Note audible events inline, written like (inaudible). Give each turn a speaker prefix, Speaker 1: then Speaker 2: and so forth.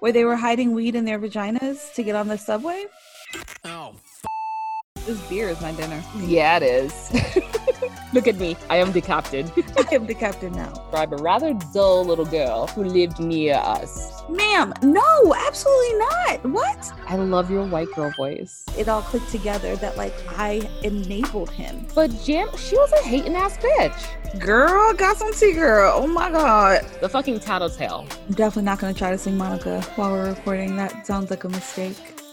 Speaker 1: where they were hiding weed in their vaginas to get on the subway.
Speaker 2: Oh,
Speaker 1: This beer is my dinner. (laughs)
Speaker 3: Yeah, it is. (laughs) Look at me. I am decapitated
Speaker 1: I am the captain now.
Speaker 3: by a rather dull little girl who lived near us.
Speaker 1: Ma'am, no, absolutely not. What?
Speaker 3: I love your white girl voice.
Speaker 1: It all clicked together that like I enabled him.
Speaker 3: But Jam, she was a hating ass bitch.
Speaker 1: Girl, got some tea, girl. Oh my god.
Speaker 3: The fucking tattletale.
Speaker 1: I'm definitely not gonna try to sing Monica while we're recording. That sounds like a mistake.